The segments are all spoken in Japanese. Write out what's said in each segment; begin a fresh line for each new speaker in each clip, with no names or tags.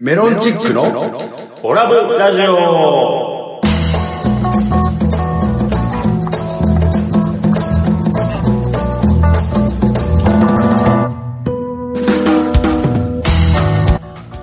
メロンチックの
オラブラジオ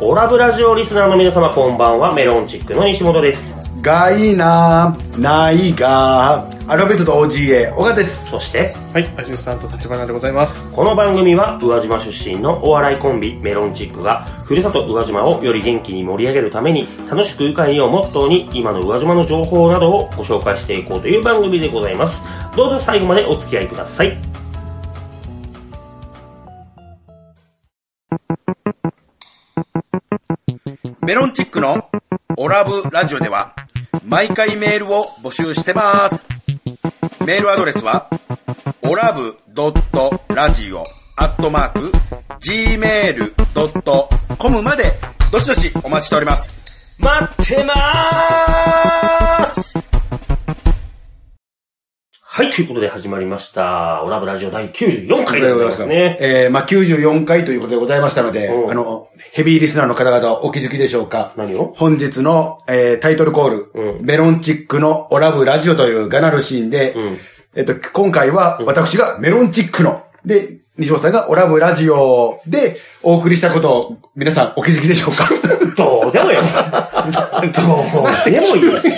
オラブラジオリスナーの皆様こんばんはメロンチックの西本です
がいいなないがアルファベットと OGA 小川です
そして
はい、アシスタント立花でございます。
この番組は宇和島出身のお笑いコンビメロンチックがふるさと宇和島をより元気に盛り上げるために楽しく愉快にをモットーに今の宇和島の情報などをご紹介していこうという番組でございますどうぞ最後までお付き合いください
メロンチックのオラブラジオでは毎回メールを募集してますメールアドレスはオラブドットラジオアットマーク gmail.com までどしどしお待ちしております
待ってまーすはい、ということで始まりました。オラブラジオ第94回でございますね。
えー、まあ94回ということでございましたので
う、ん
あの、ヘビーリスナーの方々はお気づきでしょうか
何を
本日の、えータイトルコール、
うん
メロンチックのオラブラジオというガナルシーンで、
ん
えっと、今回は私がメロンチックの、で、西本さんがオラブラジオでお送りしたことを皆さんお気づきでしょう か
どうでも よ。どうでもいいですよ。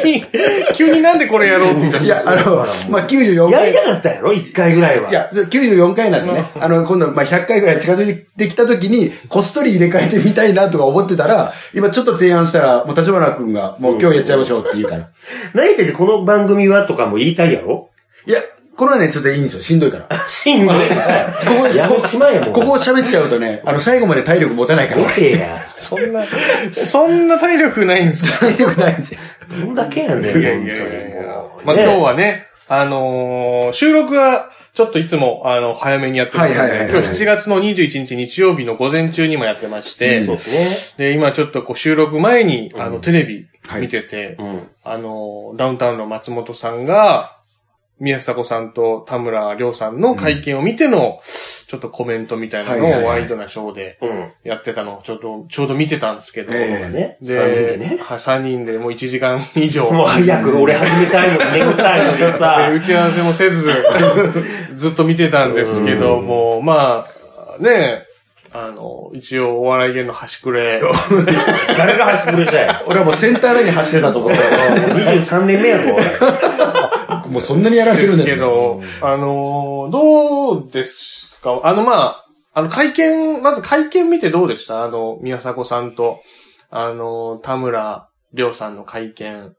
急になんでこれやろうって言った
いや、あの、まあ94
や
回
り。たかったやろ一回ぐらいは。
いや、それ94回なんでね、あの、今度、まあ、100回ぐらい近づいてきた時に、こっそり入れ替えてみたいなとか思ってたら、今ちょっと提案したら、もう立花くんが、もう今日やっちゃいましょうって言うから。
何でこの番組はとかも言いたいやろ
いや、これはね、ちょっといいんですよ。しんどいから。こ
しんどいから。
こ、
やめちまえもう。
ここを喋っちゃうとね、あの、最後まで体力持たないから
見。てや。
そんな、そんな体力ないんですか
体力ないんですよ。
どんだけやねん、本当に。
まあ、今日。はね、あのー収録は、ちょっといつも、あの、早めにやってますの
はいはいはい
で、
はい
今日7月の21日日曜日の午前中にもやってまして、
そうです
で、今ちょっとこう収録前に、あの、テレビ
はい
見てて、
ね。うん。
あのーダウンタウンの松本さんが、宮迫さんと田村亮さんの会見を見ての、ちょっとコメントみたいなの
はいはい
を
は
ワ
い
イドなショーで、
うん。
やってたのをちょっと、ちょうど見てたんですけど、
え
ね。
で、
三人でね。
はい、3人でもう1 時間以上、
もう早く俺始めたいのに、眠たいのに
で 打
さ。
ち合わせもせ ず、ずっと見てたんですけども、まあ、ねあの、一応お笑い芸の端くれ、
誰が走ってくれたや。
俺はもうセンターラインに走ってたとこ
23年目やぞ、
ろ、もうそんなにやられて
で
るんですす
け
け
ど、あの、どうですかあの、まあ、あの、会見、まず会見見てどうでしたあの、宮迫さんと、あの、田村亮さんの会見。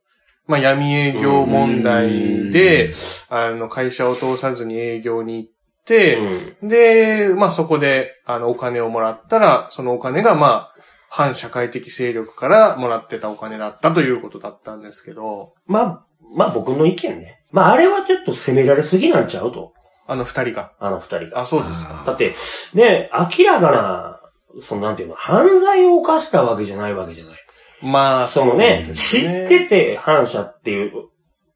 まあ、闇営業問題で、あの、会社を通さずに営業に行って、で、まあそこで、あの、お金をもらったら、そのお金が、まあ、反社会的勢力からもらってたお金だったということだったんですけど、
まあ、まあ僕の意見ね。まああれはちょっと責められすぎなんちゃうと。
あの二人が。
あの二人が。
あ、そうですか。
だって、ね、明らかな、そのなんていうの、犯罪を犯したわけじゃないわけじゃない。
まあ、
そのね、知
そうで
っ
すね
てて反社っていう、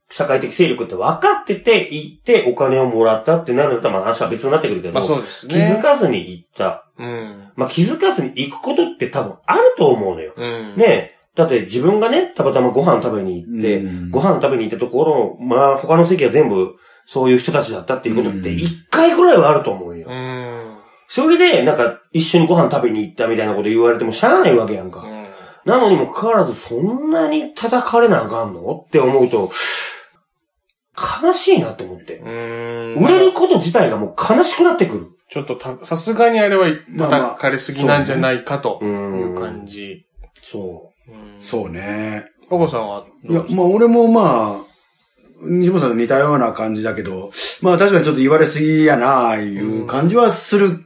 社会的勢力って分かってて行ってお金をもらったってなると、まあ話は別になってくるけど、
まあそうです
気づ
ね。
かずに行った。
うん。
まあ気づかずに行くことって多分あると思うのよ。
うん。。
ねだって自分がね、たまたまご飯食べに行って、
うん
ご飯食べに行ったところ、まあ他の席は全部そういう人たちだったっていうことって
うん
一回ぐらいはあると思うよ
う。ん。
それで、なんか、一緒にご飯食べに行ったみたいなこと言われてもしゃあないわけやんか。
うん
なのにもかかわらず、そんなに叩かれなあかんのって思うと、悲しいなと思って。
うん。
売れること自体がもう悲しくなってくる。
ちょっとた、さすがにあれは
まあまあ
叩かれすぎなんじゃないかと
う
いう感。じ。
そ
うん
そうね。
パパさんはどう
いや、まあ俺もまあ、西本さんと似たような感じだけど、まあ確かにちょっと言われすぎやなあいう感じはする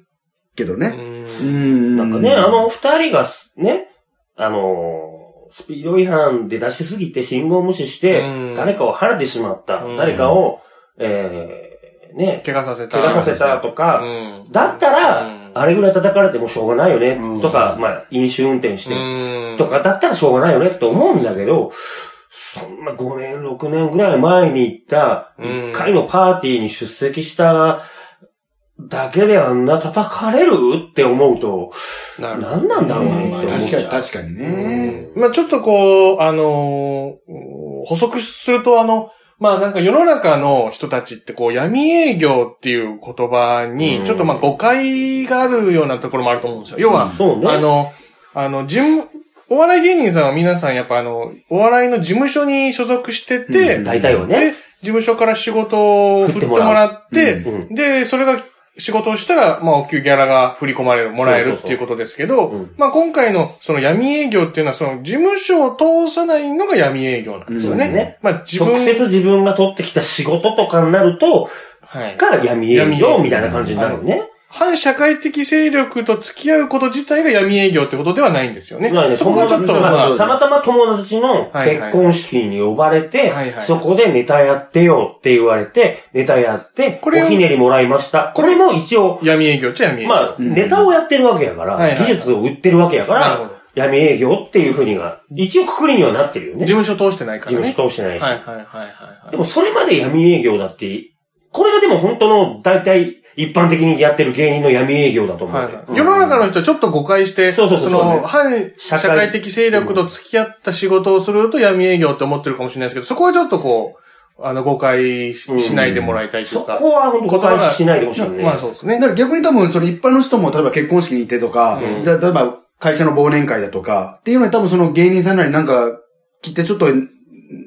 けど
う。
ね。うん
う。
ん。
なんかね、あの、二人がす、ね、あのー、スピード違反で出しすぎて信号無視して、
うん
誰かを晴れてしまった。
うん
誰かを、えー、ね、
怪我させた。
怪我させたとか、
うん。
だった
う
ら
ん、
あれぐらい叩かれてもしょうがないよね、
うん
とか、まあ、飲酒運転して、
うん。
とかだったらしょうがないよね、と思うんだけど、そんな5年、6年ぐらい前に行った、
うん
1回のパーティーに出席しただけであんな叩かれるって思うと、
なるほど
何なんだろう
うん
なって思っ
確
ち
か
ゃ
に、
う。
確かにね。
まあちょっとこう、あのー補足するとあの、まあなんか世の中の人たちってこう闇営業っていう言葉
うん
にちょっとまあ誤解があるようなところもあると思うんですよ。要は、
そうね。
あの、あの、事務、お笑い芸人さんは皆さんやっぱあの、お笑いの事務所に所属してて、
うん
大体は
で、
ね。
事務所から仕事を振ってもらって、
うん
うん
で、それが仕事をしたら、まあ、お給ギャラが振り込まれる、もらえ
そうそう
る
そう
っていうことですけど、
うん
まあ、今回のその闇営業っていうのは、その事務所を通さないのが闇営業なんです
そ
よね。
うですね
まあ、自分
直接自分が取ってきた仕事とかになると、
はい、
が闇営業みたいな感じになるのね。
反社会的勢力と付き合うこと自体が闇営業ってことではないんですよね。
まあね
そこがちょっと、
そうそう
ま
そう
あ、
たまたま友達の
はいは
結
い
婚式に呼ばれて
はいは、い
そこでネタやってよって言われて、ネタやって、お
これを
ひねりもらいました。これも一応、
闇営業っちゃ闇営業。
まあ、
うん
ネタをやってるわけやから、
はいはい
技術を売ってるわけやか
なるほ
ら
ど、
闇営業っていうふうには、一応くくりにはなってるよね。
事務所通してないか
事
ら
務所
ね。
通してないし。
はいはいはいはい
で
はい。
もそれまで闇営業だって、これがでも本当の大体一般的にやってる芸人の闇営業だと思う。
はいはい世の中の人はちょっと誤解して、
そうそうそうそう
の、反
社
社
会
会的勢力と付き合った仕事をすると闇営業って思ってるかもしれないですけど、そこはちょっとこう、あの、誤解し
うん
しないでもらいたいとい
そう
か。
こは本当誤解しないでほしいよね。
まあそうです
だ
ね。
から逆に多分、その一般の人も、例えば結婚式に行ってとか、
うん
じゃあ例えば会社の忘年会だとか、っていうのに多分その芸人さんなりなんか、来てちょっと、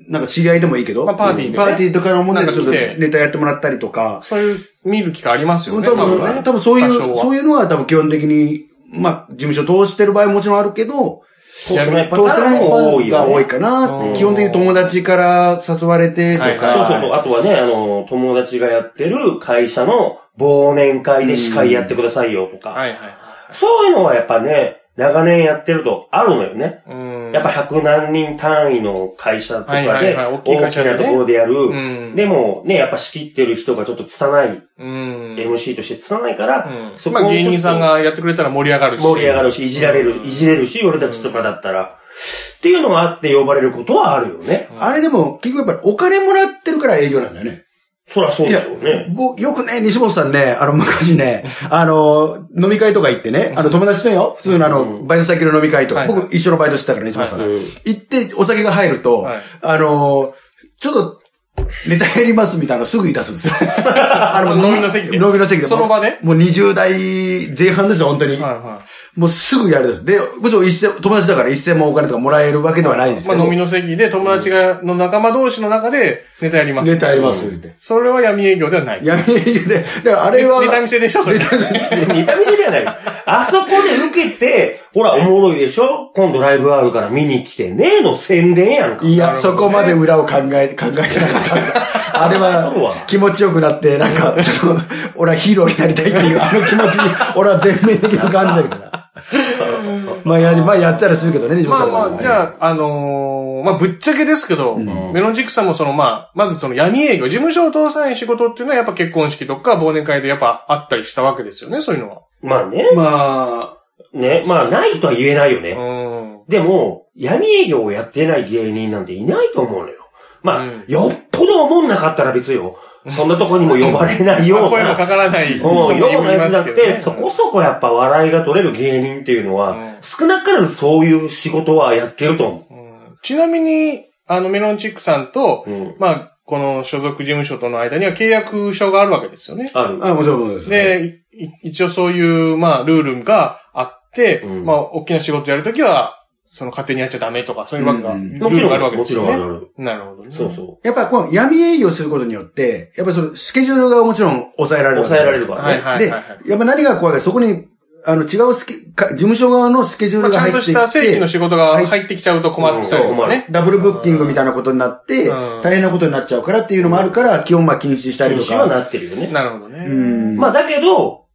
なんか知り合いでもいいけど、
まあパーティーでね
パーティーとかのもので、
なん
ち
か
ょっ
来
と
て
ネタやってもらったりとか、
そういう、見る機会ありますよね。
多分
ね
ね、多分そうい
多少
う、
は
そういうのは多分基本的に、まあ、事務所通してる場合ももちろんあるけど、
そうですね。パタ
通して
ー
な
ン
い場
も多
合
い
が
よ
多い
ね。
かなって
うん
基本的に友達から誘われてと
はい
か。
はい
そうそうそう。あとはね、あの、友達がやってる会社の忘年会で司会やってくださいよとか。
はいはいは
そういうのはやっぱね、長年やってるとあるのよね。
い。うん。
やっぱ100何人単位の会社とかで、
はいはいは
大
い大
き
きい会社でね
なところでやる。
うん。
でもね、やっぱ仕切ってる人がちょっと拙い、
うん。
MC として拙いから、
うん
そこ
ま
を
あ芸人さんがやってくれたら盛り上がるし。
盛り上が
る。
るし、いじられる、いじれるし、俺たちとかだったら。っていうのがあって呼ばれることはあるよね。
あれでも、結局やっぱりお金もらってるから営業なんだよね。
そらそう
い
で
や
しょうね。、
僕、よくね、西本さんね、あの、昔ね、あの、飲み会とか行ってね、あの、友達とよ、普通のあの、バイト先の飲み会とか、
はいはい
僕一緒のバイトしてたから、西本さん。
は
行って、お酒が入ると、
はい
あの、ちょっと、ネタやりますみたいなのすぐ言い出すん ですよ。あ
飲みの席で
飲みの席で。
その場で
もう20代前半ですよ、本当に。
はいは
もうすぐやるです。で、もちろん一銭、友達だから一銭もお金とかもらえるわけではないんです
い。
けど。
まあ飲みの席で友達が、の仲間同士の中でネタやります。
ネタやります、言って。
それは闇営業ではない。
闇で、だからあれは、
ネタ見せでしょそれ。
見た目じゃない。あそこで受けて、ほら、おもろいでしょ今度ライブあるから見に来てねの宣伝やんか。
いや、
なるほど
そ
ね
こまで裏を考え、 考えてなかった です。あれ
そうは
は、気持ちよくなって、なん か、ちょっと、俺はヒーローになりたいっていう、あの気持ちに、俺は全面的に感じてるから。まあ、や、まあ、やったりするけどね、西本
ま
さんも
あまあ、じゃあ、あのーまあ、ぶっちゃけですけど、メロンジックさんもその、まあ、まずその闇営業、事務所を通さない仕事っていうのはやっぱ結婚式とか忘年会でやっぱあったりしたわけですよね、そういうのは。
まあね。
まあ、
ね。まあ、ないとは言えないよね。
う
でも、闇営業をやってない芸人なんていないと思うのよ。まあ、
うん
よっぽど思んなかったら別よ。そんなとこにも呼ばれないよ
ん。まあ、
う
声も
な。
かからない人
も
も
う
い
ようなや
ま
つだ
す
っ
けど
て、
ね。
そこそこやっぱ笑いが取れる芸人っていうのは、
うん
少なからずそういう仕事はやってると思
うんちなみに、あの、メロンチックさんと、
う。うん。
まあ、この所属事務所との間には契約書があるわけですよね。
ある。
あもちろん、もちろんです。
で、い一応そういう、まあ、ルールがあって、
うん
まあ、大きな仕事やるときは、その勝手にやっちゃダメとか、そういうわけが、
うん
ル
も
ー
ち
ルがある
ろ
わ
ん、
け
も
で
ち
す
ろ
よ
んあるあ
ね。
る。
なるほどね。
そうそ
やっぱ、この闇営業することによって、やっぱりその、スケジュールがもちろん抑えら
う。
れるわけじ
抑え
ゃ
ら
ない
れ
です
る
か。
から
はい
ね。
はいはいはい。
で、やっぱ何が怖いか、そこに、あの、違うスケ、か事務所側のスケジュー
まあ、
ル
ち
が
ゃ
入
ん
って
と
きて、
した正規の仕事が入ってきちゃうと困っちゃう
そう
よね。
ダブルブッキングみたいなことになって、
うん
大変なことになっちゃうからっていうのもあるから、基本まあ禁止したり
禁
と
止は
か。
なってるよね。
なるほどね。
うん。
まあだけど、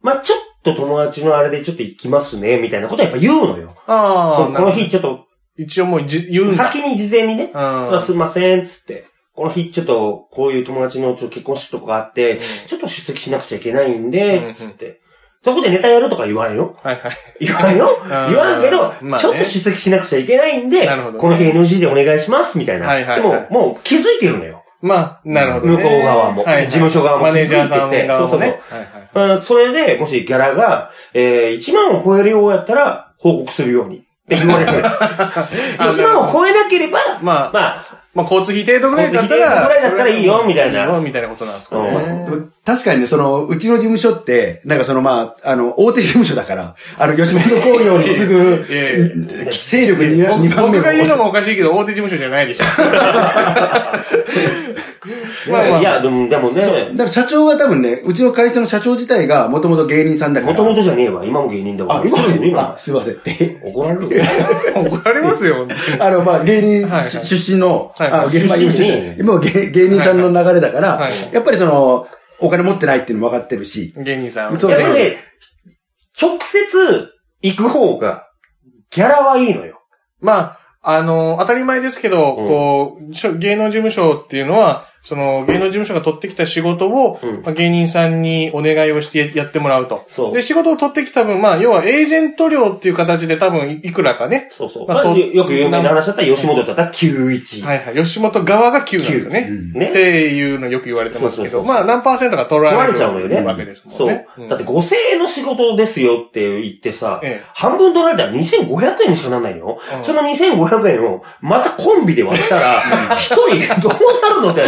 まあちょっと友達のあれでちょっと行きますね、みたいなことはやっぱ言うのよ。
あ
も
あ、
う
な
こ
る
の
ほど
日ちょっと、
一応もうじ言うんだ。
先に事前にね、
う
それは
ん。
すいません、つって。この日、ちょっと、こういう友達のちょっと結婚式とかあって、
ん
ちょっと出席しなくちゃいけないん
うんう
で、
ん
つって。そこでネタやるとか言わんよ。
はいはい。
言わんよ。言わんけど、
まあね
ちょっと出席しなくちゃいけないんで、
なるほどね
この日 NG でお願いします、みたいな。
はいはいはい
でも、もう気づいてるのよ。
まあ、なるほどね。
向こう側も
はいはい
事務所側も
マネージャーさん側もね。
そうそうそう
はいはいはい
うんそれで、もしギャラが、えー、1万を超えるようやったら、報告するように。って言われて。1万を超えなければ、
まあ
まあ、
まあ、交通費程度ぐらいだったら。
交通費程度ぐらいだったらいいよみたいな
よみたいなことなんですかね
で。も確かにね、その、うちの事務所って、なんかそのまあ、あの、大手事務所だから、あの、吉本興業に次ぐ
いやいやいや、
勢力に2番目
僕が言うの
の。
もおかしいけど、大手事務所じゃない でしょ。まあまあ
いや、でも、でもね、
だから社長が多分ね、うちの会社の社長自体がもともと芸人さんだか
も
ら。
ともとじゃねえわ。今も芸人だわ。
あ、今
そう
も、あ、すいません。 で
怒られるよ。
怒られますよ。
あの、まあ、芸人
はい
出出身の、
はい
あの現場
出身
に
に
今も芸芸人さんの流れだか
は
ら
いはい、
やっぱりその、お金持ってないっていうのも分かってるし、
芸人さんは。
そう
いやだって直接行く方が、ギャラはいいのよ。
まあ、あの、当たり前ですけど、
うん
こうしょ、芸能事務所っていうのは、その、芸能事務所が取ってきた仕事を、
うん
まあ、芸人さんにお願いをしてやってもらうと。
そう
で、仕事を取ってきた分、まあ、要はエージェント料っていう形で多分いくらかね。
そうそう。
まあ
まあ
と
よよく有名な話だったら、吉本だったら91。
はいはい。吉本側が9なんですよね。
ね
っていうのよく言われてますけ
そうそうそう
ど、まあ何パーセントか取られ
取
る
られちゃうのよね。
わけですもん
そ
ね。
う。だって5000円の仕事ですよって言ってさ、
ええ
半分取られたら2500円にしかならないのよ。
うん
その2500円をまたコンビで割ったら、一人どうなるのって、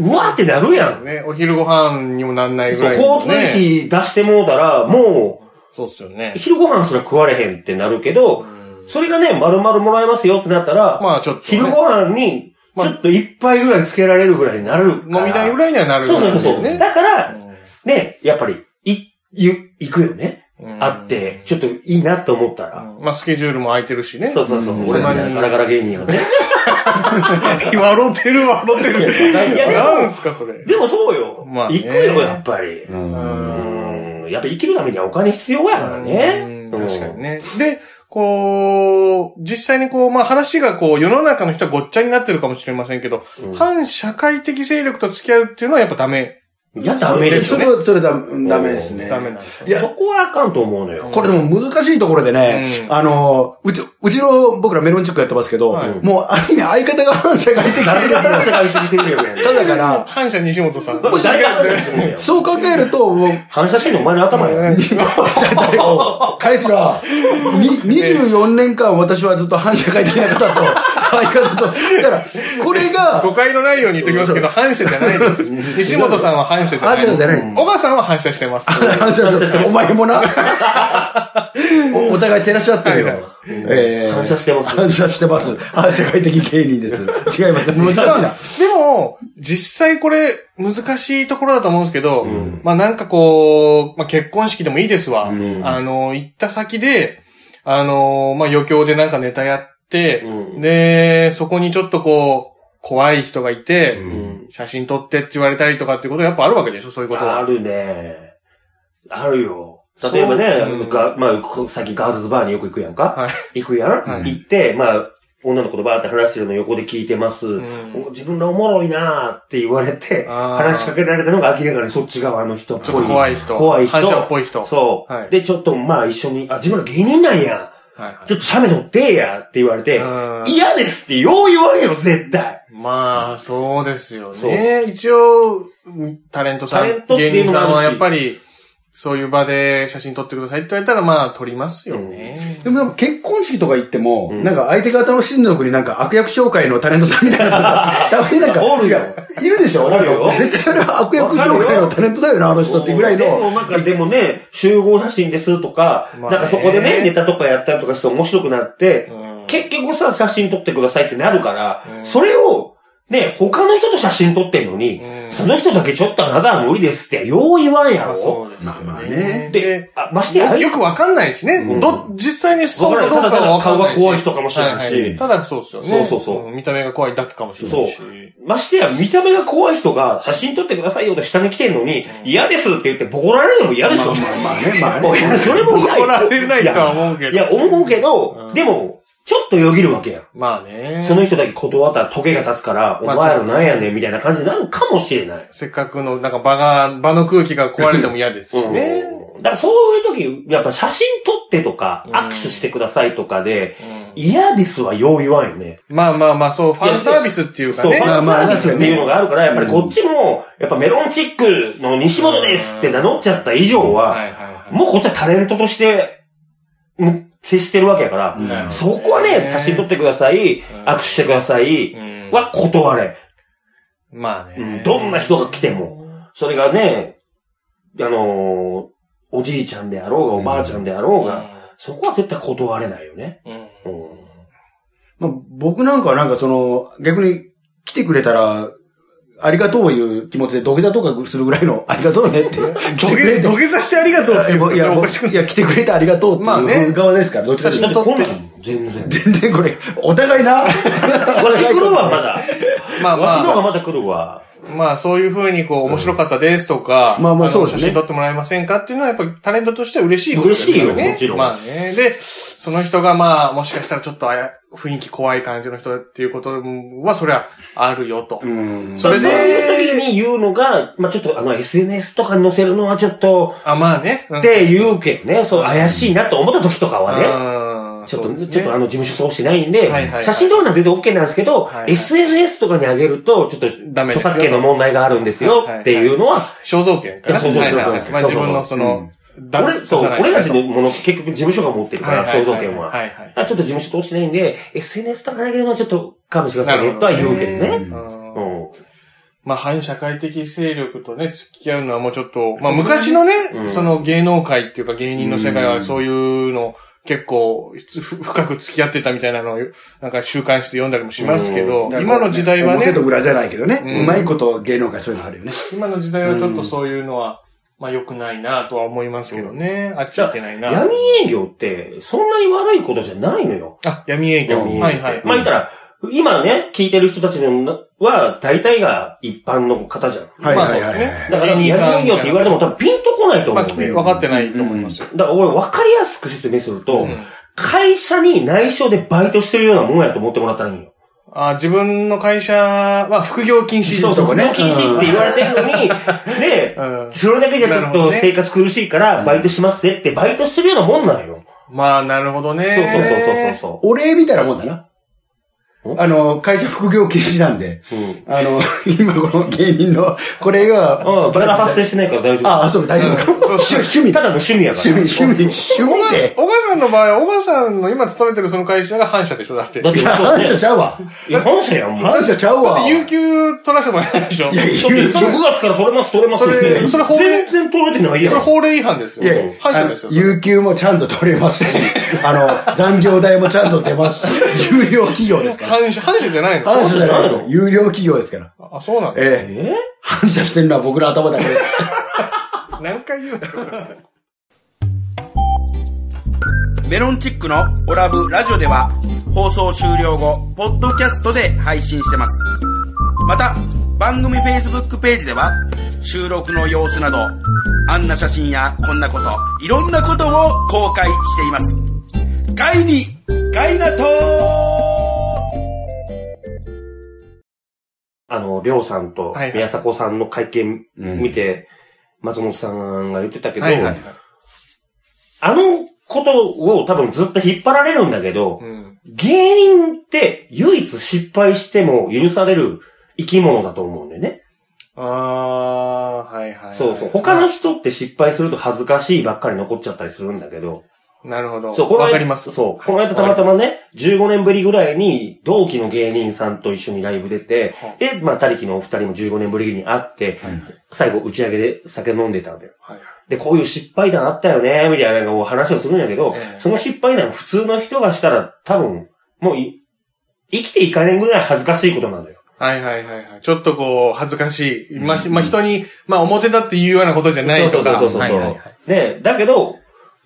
うわーってなるやん。
ね、お昼ご飯にもなんないぐ
そう、
らいの
交
ね、
通費出してもうたら、もう、
そうっすよね。
昼ご飯すら食われへんってなるけど、それがね、丸々もらえますよってなったら、
まあちょっとね
昼ご飯に、ちょっと一杯ぐらいつけられるぐらいになるから。
飲み代ぐらいにはなる
そうそうそうそう。
ね。
だから
ん、
ね、やっぱり、い、ゆ、行くよね。
うん
あって、ちょっといいなと思ったら。
まあスケジュールも空いてるしね。
そうそうそう。
ん
俺らみたいなガラガラ芸人 はね。
笑ってる笑ってる。
いやでも
なんすかそれ。
でもそうよ。
まあね
行くよ、やっぱり。
う
うんん。やっぱ生きるためにはお金必要やからね。
うん確かにね。で、こう、実際にこう、まあ話がこう、世の中の人はごっちゃになってるかもしれませんけど、
うん
反社会的勢力と付き合うっていうのはやっぱダメ。
うん。いや、ダメです
そ
よね
れ。は、それだ、ダメですね。
ダメなんですよ
いや
そ、こはあかんと思うのよ。
これでも難しいところでね、
うん
あの、うち、うちの僕らメロンチックやってますけど、
はい
もうある意味相方が反社会的 な
反社会的勢力やね。
人だから、
反社西本さん。
もう誰が反射してんだよ
そう考えると、もう、
反射してんのお前の頭 や。
誰を返す な。に24年間私はずっと反社会的な 方と、相方と、だから、これが、
誤解のないように言っておきますけど、反射じゃない です。西本さんは反射じゃない。
反射じゃない
小川さんは反射してます。
お前も な、おお互い照らし合ってる
はいはい
よ。えー
反射してます
反射してます。反社会的芸人です。違います。難しい
ま
な
あ。でも、実際これ、難しいところだと思うんですけど、まあなんかこう、まあ結婚式でもいいですわ。
ん
あの、行った先で、あの、まあ余興でなんかネタやって、
うん
で、そこにちょっとこう、怖い人がいて、
うん
写真撮ってって言われたりとかってことやっぱあるわけでしょそういうこと
あ
は。
るね。あるよ。例えば
そうう
ね、
ん
がまあ、こ最近ガールズバーによく行くやんか。
は
行くやん、行って、まあ、女の子とバーって話してるの横で聞いてます。
ん
お自分らおもろいなーって言われて、
あー
話しかけられたのが明らかにそっち側の人っぽい。
ちょっと怖い人
怖い人。
反射っぽい人
そう。
はい
で、ちょっとまあ一緒に、あ、自分ら芸人なんや。
はいはい
ちょっと写メ撮ってやって言われて
うん、
嫌ですってよう言わんよ、絶対。
まあ、そうですよ
そう
ね。一応、タレントさ
タレン
ん、
トってい
芸
う
人
のもあるし
さんはやっぱり、そういう場で写真撮ってくださいって言われたら、まあ、撮りますよね。
でもなんか結婚式とか行っても、
うん
なんか相手方の親族になんか悪役紹介のタレントさんみたいな人 が、たまになんか、
おるよ
いるでしょ
お
なん
るよ
か絶対俺は悪役紹介のタレントだよな、あの人ってぐらい
でも
の。
なんかでもね、集合写真ですとか、
まあね
なんかそこでね、ネタとかやったりとかして面白くなって、
うん
結局さ、写真撮ってくださいってなるから、それを、ね、他の人と写真撮ってんのに、
うん
その人だけちょっとあなたは無理ですって、よう言わんや
まあ、
ろ。
そうですよね。
まあね
で、あましてや、
よよくわかんないしね。
ん
ど、実際にそうかどうかはわかんな
わ
いし。
からないただただ顔が怖い人かもしれないし
ははただそうですよね。
そうそうそうん
見た目が怖いだけかもしれないし。
ましてや、見た目が怖い人が写真撮ってくださいよって下に来てんのに、嫌ですって言ってボコられるのも嫌でし
ま
ょ。
あまあね、まあ
いや
ね。
それも嫌よ
怒られないとは思うけど
いや、思うけど、でも、ちょっとよぎるわけやん。
まあね。
その人だけ断ったらトゲが立つから、お
まあ
前らなんやねんみたいな感じになるかもしれない。
せっかくの、なんか場が、場の空気が壊れても嫌ですしね。
うんだからそういう時、やっぱ写真撮ってとか、
うん
握手してくださいとかで、
うん
嫌ですはよう言わんよね。
まあまあまあ、そう、ファンサービスっていうか
そう、
ね
フ。
ま
ァ
あ
ン
まあ
サービスっていうのがあるから、やっぱりこっちも、やっぱメロンチックの西本ですって名乗っちゃった以上は、
はいはいはい。
もうこっちはタレントとして、うん接してるわけやから、
うん
なるほ
そこはね、写真撮ってください、握手してください、
うん
は断れ。
まあ
うん
ね。
どんな人が来ても。それがね、あのーおじいちゃんであろうが、おばあちゃんであろうが、そこは絶対断れないよね。
うん。うん
うん
まあ、僕なんかはなんかその、逆に来てくれたら、ありがとういう気持ちで土下座とかするぐらいの、ありがとうねって。来てくれて。
土下座してありがとうって言う
い
い
や、
や、お
僕
かしくない
いや、来てくれてありがとうって
まあ
い
ね
う側ですから、どっちかという
だっ
と
て。こんなん、全然。
全然これ、お互いな。わ
わし来るわ、まだ。
まあま
わしの方が
あ、
まだ来るわ。
まあそういうふうにこう、面白かったですとか、
まあまあ
の
そうですね
写真撮ってもらえませんかっていうのはやっぱりタレントとしては嬉しいことです
嬉しいよもちろん
まあね。で、その人がまあ、もしかしたらちょっとあや雰囲気怖い感じの人だっていうことは、それはあるよと。
うん。
そ
それで
ういう時に言うのが、まあちょっとあの SNS とかに載せるのはちょっと、
あ、まあね。うん
って言うけどね、そう怪しいなと思った時とかはね、
うん
ちょっと、
そうですね
ちょっとあの事務所通してないんで、
はいはい
写真撮るのは全然 OK なんですけど、
はいはい
SNS とかに上げると、ちょっと
ダメで
著
すよ
作権の問題があるんですよっていうのは、
肖像権か
いや
な。
肖像権
はいはいはいま
肖
あ
像
自
権
分のその、だ
俺、そう、
出さない
俺たちのもの結局事務所が持ってるから、
はいはい
肖像権は。
はいはいはい
だからちょっと事務所通してないんで、SNS とかに上げるのはちょっと勘弁してくださいねとは言うけどね。
うん
うん
まあ、反社会的勢力とね、付き合うのはもうちょっと、まあ、昔のね、
うん
その芸能界っていうか芸人の世界はそういうの結構ふ深く付き合ってたみたいなのを、なんか週刊誌で読んだりもしますけど、今の時代は
表
ね
と、裏じゃないけどね。
うん
うまいこと芸能界そういうのあるよね。
今の時代はちょっとそういうのは、まあ、良くないなとは思いますけどね。あっちゃいけないな
闇。営業って、そんなに悪いことじゃないのよ。
あ、闇営業。
闇営業
はいはい。
まあ言ったら、今ね、聞いてる人たちのは、大体が一般の方じゃん。
はいはいはいはい。
まあ
だから、
芸
闇
人さん
営業って言われても多分ピンとこないと
ま
思
あ、
うんだ
分
よ。
かってないと思いますよ。
だから俺分かりやすく説明すると、
うん
会社に内緒でバイトしてるようなもんやと思ってもらったらいいよ。
あ自分の会社は副業禁止
そうそう、
こね
禁止って言われてるのに、で、
うん
それだけじゃちょっと生活苦しいから、バイトしますねって、バイトしてるようなもんなんよ。
まあ、なるほどね。
そうそうそうそうそう。
お礼みたいなもんだな。
お
あの、会社副業禁止なんで、
うん
あの、 今この芸人の、これが、
うん、ギャラ発生してないから大丈夫。
ああ、そう、大丈夫か。趣趣味
た
だ。
だの趣味やから。
趣味、趣味、趣味で。
小川さんの場合は、小川さんの今勤めてるその会社が反社でしょだって。
だっ、
だって
いや、
そう
反社
ね
ち。ゃうわ。
いや、反社やん、もう。
反社ちゃうわ。
て有給取らせてもらえないでしょ
いやいや
ちょっと6月から取れます、取れます。
それそれ法令
全然取れてないや
それ
ん。
法令違反ですよ。
いやいや
反社ですよ。
あの有給もちゃんと取れますし、あの、残業代もちゃんと出ますし、有料企業ですから。
反社、反社じゃないの
反社じゃないです
そうな
よ。
の
有料企業ですから。
あ、そうなんだ。
ええ。
え
反射してるのは僕の頭だけです。
何回言うの
メロンチックのオラブラジオでは放送終了後、ポッドキャストで配信してます。また、番組 Facebook ページでは収録の様子など、あんな写真やこんなこと、いろんなことを公開しています。ガイに、ガイナトー
あの、りょうさんと
はいはい
宮迫さんの会見
うん
見て、松本さんが言ってたけど、
はいはいはい。
あのことを多分ずっと引っ張られるんだけど
う、ん。
芸人って唯一失敗しても許される生き物だと思うんだよね。
ああ、はいはいはい。
そうそう。他の人って失敗すると恥ずかしいばっかり残っちゃったりするんだけど、
なるほど。
そう、この間
わかります。
そう。この間たまたまね、15年ぶりぐらいに、同期の芸人さんと一緒にライブ出て
は、
で、まあ、たりきのお二人も15年ぶりに会って、最後打ち上げで酒飲んでたんだよ。
はい
で、こういう失敗談あったよね、みたいななんかこう話をするんやけど
え、え
その失敗談普通の人がしたら、多分、もうい、生きていかねんぐらい恥ずかしいことなんだよ。
はいはいはいはい。ちょっとこう、恥ずかしい。まあ、ひまあ、人に、まあ、表だって言うようなことじゃない
そ
と
うそう
か。
そうそう
はい
そ
はいは
う
い。
で、だけど、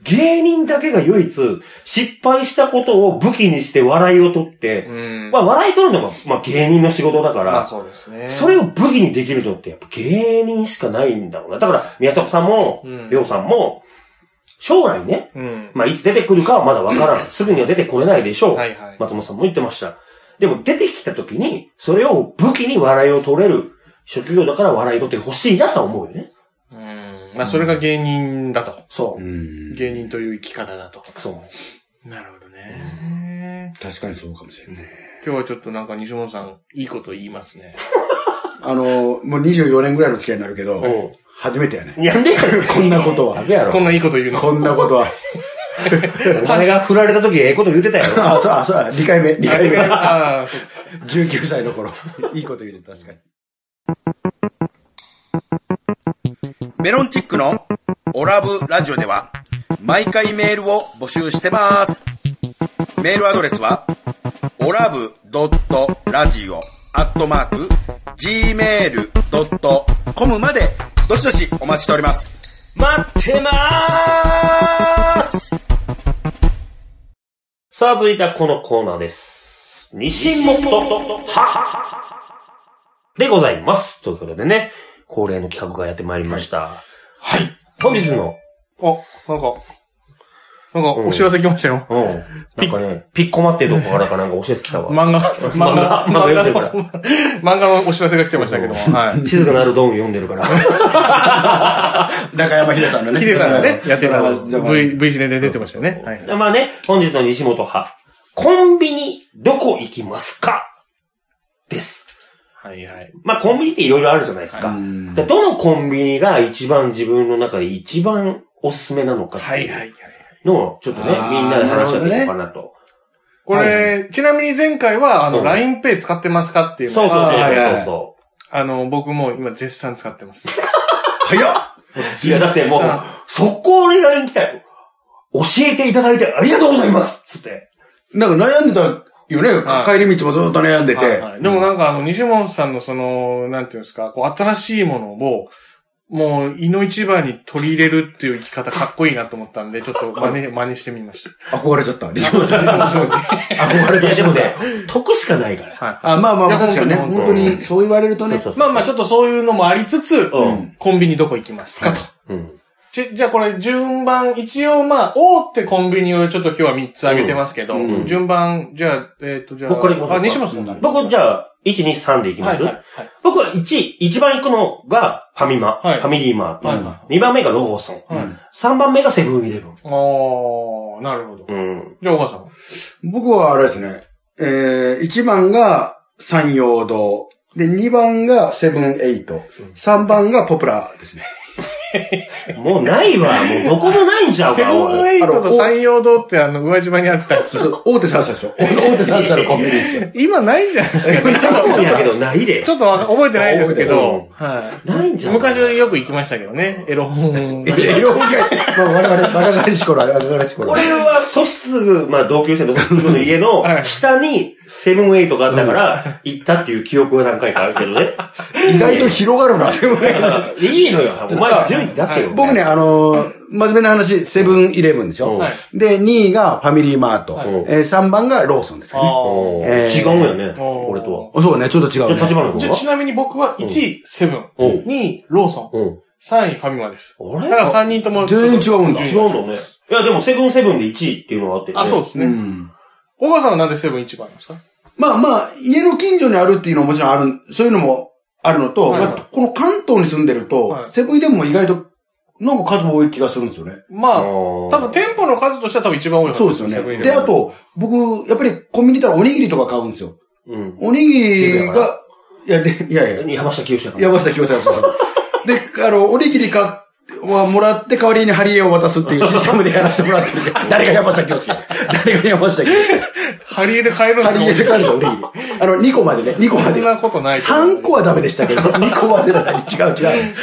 芸人だけが唯一、失敗したことを武器にして笑いを取って、
うん。
まあ、笑い取るのが、まあ、芸人の仕事だから、
まあ、そうですね。
それを武器にできるのって、やっぱ芸人しかないんだろうな。だから、宮迫さんも
う、ん
りょうさんも、将来ね、
うん。
まあ、いつ出てくるかはまだわから ない。すぐには出てこれないでしょう。
はいはい。
松本さんも言ってました。でも出てきた時に、それを武器に笑いを取れる職業だから笑い取ってほしいなとは思うよね。
うん。まあ、それが芸人だと。
そう。
うん。
芸人という生き方だと。
そう。
なるほどね。
確かにそうかもしれない。
今日はちょっとなんか西本さん、いいこと言いますね。
あの、もう24年ぐらいの付き合いになるけど、初めてやね。
やんでやろ。
こんなこと
や
は。
べやろ。
こんないいこと言うの。
こんなことは。
お前が振られた時ええこと言ってたやろ。
あ、そう、あ、そうや。2回目、2回目。
ああ、そ
19歳の頃。いいこと言うて、確かに。
メロンチックのオラブラジオでは毎回メールを募集してます。メールアドレスはオラブドットラジオアットマーク gmail.com までどしどしお待ちしております。
待ってまーすさあ、続いてはこのコーナーです。西本と、ははははでございます。ということでね、恒例の企画がやってまいりました。はい。本日の、
う。あ、なんか、なんか、お知らせ来ましたよ。
うん。なんかね、ピッコマっていうとこからかなんか教えてきたわ。
漫画、漫画、
漫画
漫画
読んでるか
の
ら、
漫画のお知らせが来てましたけども、はい。
静かなるドン読んでるから。
中山秀さんのね。
ヒデさんがね、やっ
じ
てた、
ゃあまあ
V、V シネで出てましたよね。はい。
まあね、本日の西本派、コンビニどこ行きますかです。
はいはい。
まあコンビニっていろいろあるじゃないですか。
うん
でどのコンビニが一番自分の中で一番おすすめなのかっ
は
て
い
い
は
う
い。
のをちょっとね、
あー
みんなで話し合っていこうかなと。
これ、ちなみに前回は、あ
う
の、
ん
LINEPay 使ってますかっていうの
そ
を
うそうそう
あーはいはい
そうそ
あの、僕も今絶賛使ってます。
早っ
う。 いや、だってもう、速攻で LINE 来たよ。教えていただいてありがとうございますつって。
なんか悩んでたよね。
は
帰り道もずっと悩んでて。
はいはいでもなんか、あの、西本さんのその、なんていうんですか、こう、新しいものを、もう、胃の一番に取り入れるっていう生き方かっこいいなと思ったんで、ちょっと真似、真似してみました。
憧れちゃった。西本さんに。憧れ
いや、
て
で
し
も
まった
ね。、 得しかないから。
は
あ、まあまあ
い
ま
や
あ、確かにね。
本当に
本当に、そう言われると
そう
ね。
そうそう。
い。まあまあ、ちょっとそういうのもありつつ、
うん
コンビニどこ行きますかと。
うん。
ちじゃあこれ順番、一応まあ、大手コンビニをちょっと今日は3つ挙げてますけど、
うん
うん
順番、じゃあ、えっ、と、じゃあ、
僕から行きましょう
あ、
か
西本さんだね。
僕、じゃあ、1、2、3でいきます、
はいはい
僕は1、一番行くのがファミマ、
はい
ファミリーマート、
はい
うん
2番目がローソン、
はい。はい。
3番目がセブンイレブン。
あー、なるほど。
うん。
じゃあ、お母さん。
僕はあれですね。えー、1番が山陽堂。で、2番がセブンエイト。3番がポプラですね。
もうないわ。もうどこもないんちゃう
セ
か。お
ブン
い
エイトと山陽堂ってあの、宇和島にあったやつ。
そう大手3社でしょ。大手3社のコンビニでしょ。
今ないんじゃないですかね。ちょっ
そうやけ
と
どないで
ち。ょっとわか覚えてないですけど、は
ないん
い。
じゃん。
昔はよく行きましたけどね、エロ本。
いや、いろんな、まあ、我々、若かりし頃、若かりし頃。
俺は、年すぐ、まあ、同級生の年すぐの家の
はい
下に、セブンエイトがあったから、行ったっていう記憶が何回かあるけど ね。
意外と広がるな、セブンエイト。
いいのよ。 お前、順位出せよ。
僕ね、、あのー真面目な話、セブンイレブンでしょ、
はい
で、2位がファミリーマート。
はい
えー、3番がローソンです
あ
かね。
おー
えー
違うよね、
おー
俺と
そうね、ちょっと違
は。
う
じゃあ、
ね。
立花
ー
君
じゃあ
は
ちなみに僕は1位、セブン。
うん
2位、ローソン。
うん。
3位、ファミマです。
あ
だ
れ
から3人とも。
全然違うんだ。
違うんだね。いや、でも、セブンセブンで1位っていうのがあってね。
あ、そうです
う
ね。
ん。
小川さんはなんでセブン一番なんですか
まあまあ、家の近所にあるっていうのももちろんある、そういうのもあるのと、
はいはい
まあこの関東に住んでると、
はい
セブンイレブンも意外と、なんか数多い気がするんですよね。
まあ、
多
多分店舗の数としては多分一番多いはず
そうですよ
セブンイ
ね。
レブ
で、
ン
あと、僕、やっぱりコンビニ行ったらおにぎりとか買うんですよ。
うん。
おにぎりが、いや、で、いやいや、
山下清だから。
山下清さんそうそう。で、あの、おにぎり買っはもらって代わりにハリエを渡すっ ていうシステムでやらせてもらってるけど誰が山下教師誰が山下教師
ハリエで買えるんです
ハ
か
リエで買うのおにぎり。あの、2個までね、2個ま
そ
で
ん。なことないと思う。
3個はダメでしたけど、2個までだったら違う違う。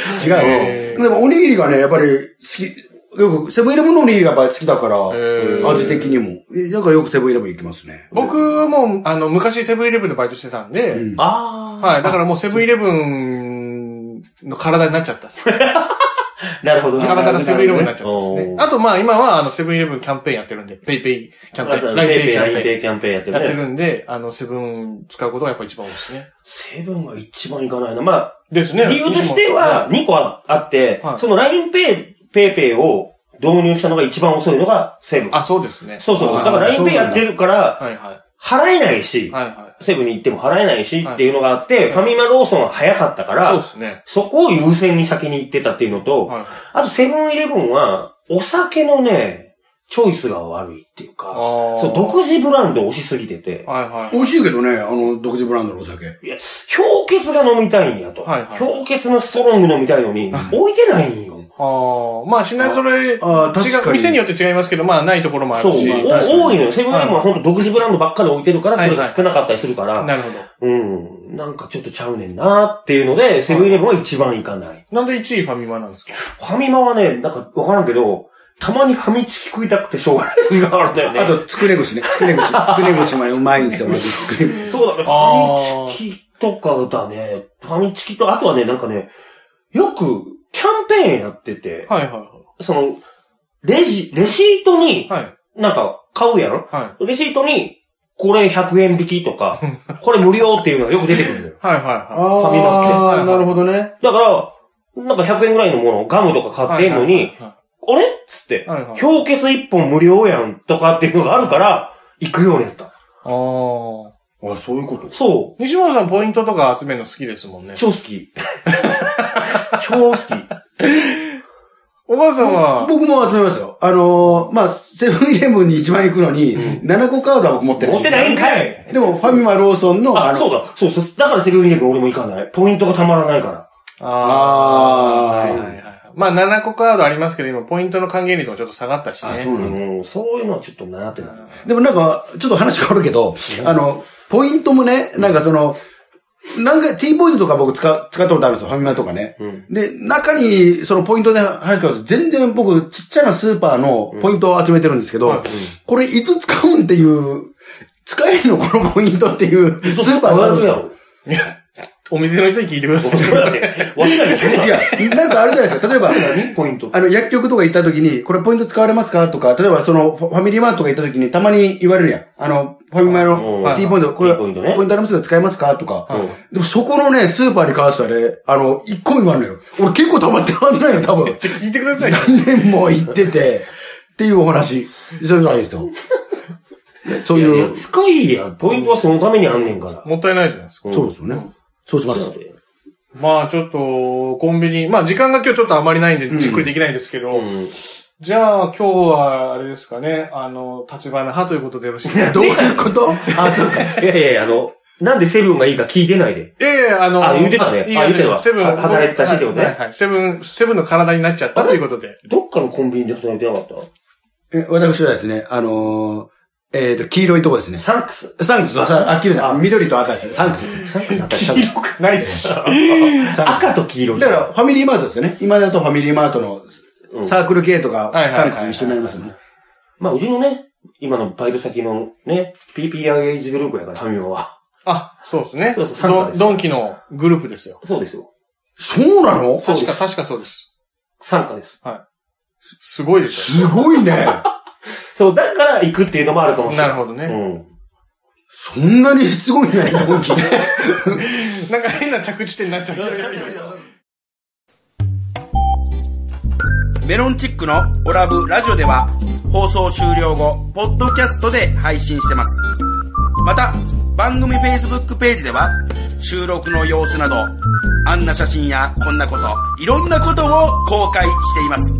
違う。でもおにぎりがね、やっぱり好き、よくセブンイレブンのおにぎりがやっぱり好きだから、
ー
味的にも。だからよくセブンイレブン行きますね。
僕も、あの、昔セブンイレブンでバイトしてたんで、
うん
ああ。
はい。だからもうセブンイレブンの体になっちゃったっ す。
なるほどね。
体がセブンイレブンになっちゃったっす
お
ね。
ー
あとまあ今はあのセブンイレブンキャンペーンやってるんで、ペイペイキャンペーン、
ラ
ライ
イペ
ンペ
イ
イ
キ
キ
ャン
ャン
ペ
ペ
イキャンペーンやって
ーンやって
るね。
るんで、あのセブン使うことがやっぱ一番多いですね。
セブンが一番いかないな。ま
ですね。
あ、理由としては、2個ああって
は、い
その LINE ペイ、ペイペイを導入したのが一番遅いのがセブン。
あ、そうですね。
そうそう。
あ
だ
ー
から LINEPay
そうなんだ
やってるから、
はいは
払えない
い。
し、
はいは
セブンに行っても払えないしっていうのがあって、ファミマローソンは早かったか
い。そうで
ら、
すね。
そこを優先に先に行ってたっていうのと、
はい。
あとセブンイレブンは、お酒のね、チョイスが悪いっていうか、
あ
そう、独自ブランドを押しすぎてて、
はいはい。
美味しいけどね、あの、独自ブランドのお酒。
いや、氷結が飲みたいんやと。
はいはい
氷結のストロング飲みたいのに、置いてないんよ。
ああ、まあ品揃え、違う
ああ、確かに。
店によって違いますけど、まあないところもあ
そう、
るし。
まあ
お
確かに
多いのよ。セブンイレブンは本当独自ブランドばっかり置いてるから、それが少なかったりするから、
なるほど。
うん、なんかちょっとちゃうねんなっていうので、セブンイレブンは一番行かない。
なんで1位ファミマなんですか
ファミマはね、なんかわからんけど、たまにファミチキ食いたくてしょうがない時があるんだよね。
あと、つくね串ね。つくね串。つくね串もうまいんですよ、マジでつくね串。
そうだね、フ
あー
ァミチキとかだね。ファミチキと、あとはね、なんかね、よくキャンペーンやってて、
はいはい
その、レジ、レシートに、
はい。はい。
なんか買うやん
は
レシートに、これ100円引きとか、これ無料っていうのがよく出てくるんだよ。
い。はいはいは
髪の
ああ、なるほどね。
だから、なんか100円ぐらいのものをガムとか買っ
い。
てんのに、
は
あれっつって、
いはいはい。
氷結一本無料やんとかっていうのがあるから、行くようになった。
ああ。
あそういうこと
そ
西村さんポイントとか集めるの好きですもんね
う。。超好き。超好き。
お母さんは、
僕も集めますよ。あのー、まあ、セブンイレブンに一番行くのに、7個カードは僕持ってない。
持ってないんかい
でも、ファミマローソンの、
あ、
の、
そうだ。そうそう。だからセブンイレブン俺も行かない。ポイントがたまらないから。
あ
はい
ー
はいはいはい。まあ7個カードありますけど、今ポイントの還元率もちょっと下がったしね。
あ、そう
う
なんだ。
ん、そういうのはちょっとなってなる。
でもなんか、ちょっと話変わるけど、あの、ポイントもね、なんかその、なんか T ポイントとか僕使う使ったことあるんですよ、ファミマとかね。
うん。
で、中に、そのポイントで話変わると、全然僕、ちっちゃなスーパーのポイントを集めてるんですけど、
うん
これいつ使うんっていう、使えるのこのポイントっていう、スーパーがあるんです
や
よ。
ろ。
お店の人に聞いてくださ
そうだね。わしらに聞く
い
な。
や、なんかあるじゃないですか。例えば、
何ポイント。
あの、薬局とか行った時に、これポイント使われますかとか、例えばその、ファファミリーマートとか行った時に、たまに言われるやん。あの、ファミマ
は
の
い
T ポイント、これ、
T ポ
ポイ
イン
ン
ト
ト
ね
ありますけど使えますかとか。
うん
でもそこのね、スーパーに関してはね、あの、一個も言わんのよ。俺結構溜まってるはずないの、多分。
い。聞いてください。
何年も行ってて、っていうお話。そういうのあるんですよ。そう
いやい
い
や、
う、
使いや。ポイントはそのためにあんねんから。
もったいないじゃないですか。
そうですよね。そうします。
まあちょっと、コンビニ、まあ時間が今日ちょっとあまりないんで、じっくりできないんですけど、
うん。
じゃあ今日は、あれですかね、あの、立花派ということでよろしいですか
どういうことあ、そうか。
いやいやいや、あの、なんでセブンがいいか聞いてないで。
いやいや、あの、
あ言うてたね
いいよ
あ言うてたわ
セブン、
は働いてたしってことね
はいはいはい。セブン、セブンの体になっちゃったということで。
どっかのコンビニで働いてなかった
え私はですね、あのー、えっ、と、黄色いとこですね。
サンクス。
サンクス、さあ、黄色いです、緑と赤ですね。サンクスです。
サンクスだったらサンクス
ないです。
サンク
赤と黄色
ス。だから、ファミリーマートですよね。今だとファミリーマートのサークル系とか、
いはいはい
サンクス一緒になりますよね。
まあ、うちのね、今のバイト先のね、PPRH グループやから、ファミマは。
あ、そうですね。
そうそう参加です
ドンドンキのグループですよ。
そうですよ。
そうなの
そう
確
で
か、
す
確かそうです。
参加です。
すごいです
すごいね。
そう、だから行くっていうのもあるかも
よ。
しれない。
なるほどね。
そんなにすごいね、ドンキ。
なんか変な着地点になっちゃう。
メロンチックのオラブラジオでは放送終了後、ポッドキャストで配信してます。また、番組 Facebook ページでは収録の様子など、あんな写真やこんなこと、いろんなことを公開しています。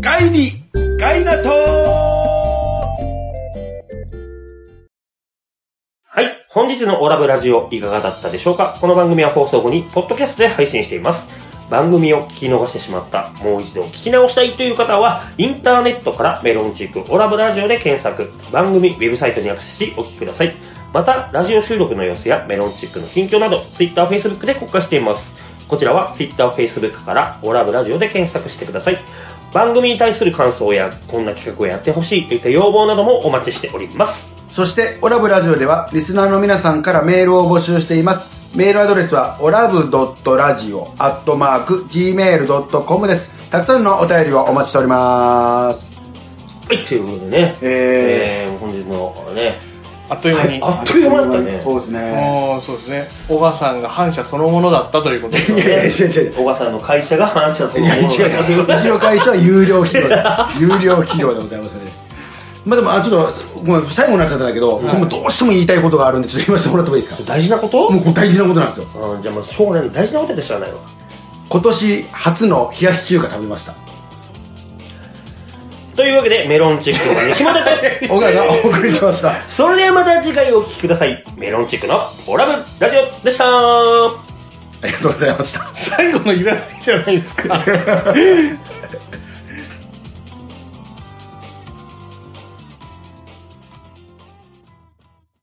ガイに、ガイナト
うん。
ー
はい。本日のオラブラジオいかがだったでしょうかこの番組は放送後に、ポッドキャストで配信しています。番組を聞き逃してしまった、もう一度聞き直したいという方は、インターネットからメロンチックオラブラジオで検索、番組ウェブサイトにアクセスしお聞きください。また、ラジオ収録の様子やメロンチックの近況など、Twitter、Facebook で公開しています。こちらは Twitter、Facebook からオラブラジオで検索してください。番組に対する感想や、こんな企画をやってほしいといった要望などもお待ちしております。
そして、オラブラジオでは、リスナーの皆さんからメールを募集しています。メールアドレスは、オラブドットラジオアットマーク、gmail.com です。たくさんのお便りをお待ちしております。
はい、ということでね、
え
えー本日のね、
あっという間に。
あっという間だったね。
そうですね。
もう、そうですね。小川さんが反社そのものだったということ
い
で。
やいや、違う違う。
小川さんの会社が反射その
い
もの
や違う違ううちの会社は有料企業で有料企業でございますねまあでもあちょっとごめん最後になっちゃったんだけど、でもどうしても言いたいことがあるんでちょっと言わせてもらってもいいですか
大事なこと
もうこれ大事なことなんですよ
うん、じゃあもう将来の大事なことやって知らないわ。
今年初の冷やし中華食べました
というわけで、メロンチックの西本君。
小川がお送りしました
それではまた次回お聞きください。メロンチックのオラブラジオでした
ありがとうございました
最後のいらないじゃないですか。